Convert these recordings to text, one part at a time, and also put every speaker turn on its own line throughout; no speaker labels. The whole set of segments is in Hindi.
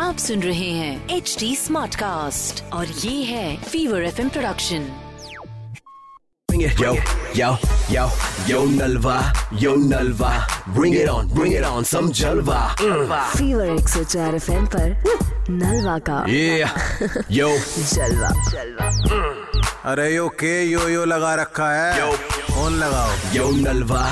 आप सुन रहे हैं एच डी स्मार्ट कास्ट और ये है fever F production
Bring it. Yo, yo, yo, yo Nalva, yo Nalva. Bring it on, bring it on, some Jalva. Mm.
Fever एक सौ चार एफ एम नलवा का
Yeah, yo,
जलवा जलवा
अरे यो के यो यो लगा रखा है फोन लगाओ
yo Nalva.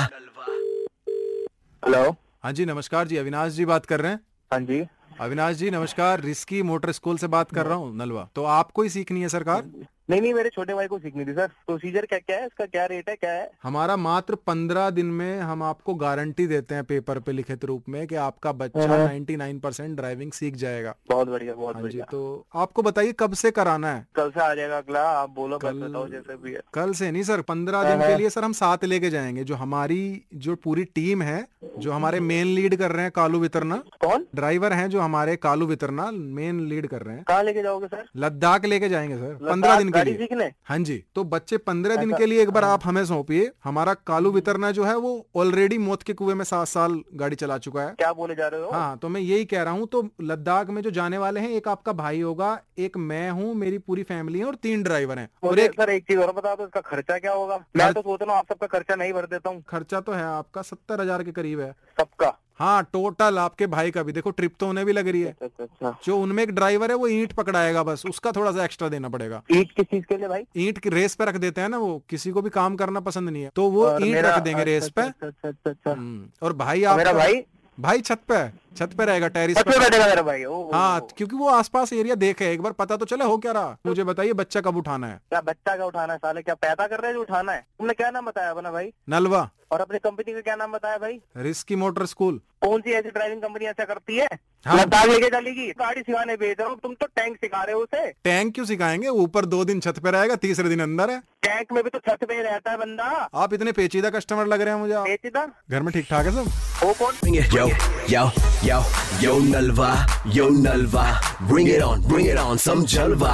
हेलो
हाँ जी नमस्कार जी अविनाश जी बात कर रहे हैं
हाँ जी
अविनाश जी नमस्कार रिस्की मोटर स्कूल से बात कर रहा हूँ नलवा तो आपको ही सीखनी है सरकार
नहीं नहीं मेरे छोटे भाई को सीखनी थी सर प्रोसीजर क्या क्या है इसका क्या रेट है क्या है
हमारा मात्र पंद्रह दिन में हम आपको गारंटी देते हैं पेपर पे लिखित रूप में कि आपका बच्चा 99 परसेंट ड्राइविंग सीख जाएगा
हाँ। बहुत बढ़िया बहुत
हाँ जी
बढ़िया
तो आपको बताइए कब से कराना है
कल से आ जाएगा अगला आप बोलो बस
कल-
बताओ जैसे भी है
कल से नहीं सर पंद्रह दिन
हाँ।
के लिए सर हम साथ लेके जाएंगे जो हमारी जो पूरी टीम है जो हमारे
हाँ।
मेन लीड कर रहे हैं कालू वितरना
कौन
ड्राइवर हैं जो हमारे कालू वितरना मेन लीड कर रहे हैं
कहाँ लेके जाओगे सर मतलब
लद्दाख लेके जाएंगे सर पंद्रह दिन के
गाड़ी
लिए
सीखने
हाँ जी तो बच्चे पंद्रह दिन के लिए एक बार आप हमें सौंपिए हमारा कालू वितरना जो है वो ऑलरेडी मौत के कुएं में सात साल गाड़ी चला चुका है
क्या बोले जा रहे हो
हाँ तो मैं यही कह रहा हूँ तो लद्दाख में जो जाने वाले हैं एक आपका भाई होगा एक मैं हूँ मेरी पूरी फैमिली है और तीन ड्राइवर हैं और
मुझे
एक
तो सर एक चीज और बता दो इसका खर्चा क्या होगा मैं तो सोच रहा हूँ आप सबका खर्चा नहीं भर देता हूँ
खर्चा तो है आपका सत्तर हजार के करीब है
सबका
हाँ टोटल आपके भाई का भी देखो ट्रिप तो उन्हें भी लग रही है
अच्छा अच्छा
जो उनमें एक ड्राइवर है वो ईंट पकड़ाएगा बस उसका थोड़ा सा एक्स्ट्रा देना पड़ेगा
ईट किस चीज के लिए भाई
ईंट की रेस पे रख देते हैं ना वो किसी को भी काम करना पसंद नहीं है तो वो
और
ईंट
मेरा-
रख देंगे
अच्छा,
रेस पे
अच्छा अच्छा अच्छा अच्छा
हम्म, और भाई
और
आप
मेरा भाई
भाई छत पे है, छत पे रहेगा टेरिस
बच्चों
पे
बैठेगा मेरा भाई ओ, ओ,
हाँ
ओ।
क्योंकि वो आसपास एरिया देखे एक बार पता तो चले हो क्या रहा मुझे बताइए बच्चा कब उठाना है
क्या बच्चा का उठाना है साले क्या पैदा कर रहे हैं जो उठाना है तुमने क्या नाम बताया अपना भाई
नलवा
और अपनी कंपनी का क्या नाम बताया भाई
रिस्की मोटर स्कूल
कौन सी ऐसी ड्राइविंग कंपनी ऐसा करती है
हाँ।
लद्दाख लेके चलेगी गाड़ी सिखाने भेज रहा हूँ तुम तो टैंक सिखा रहे हो उसे
टैंक क्यों सिखाएंगे ऊपर दो दिन छत पे रहेगा तीसरे दिन अंदर है
टैंक में भी तो छत पे ही रहता है बंदा
आप इतने पेचीदा कस्टमर लग रहे हैं मुझे आप।
बेचता
घर में ठीक ठाक है सब
वो कौन
Bring it. Yo, yo, yo, yo Nalva, yo Nalva. Bring it on, bring it on, some Jalva.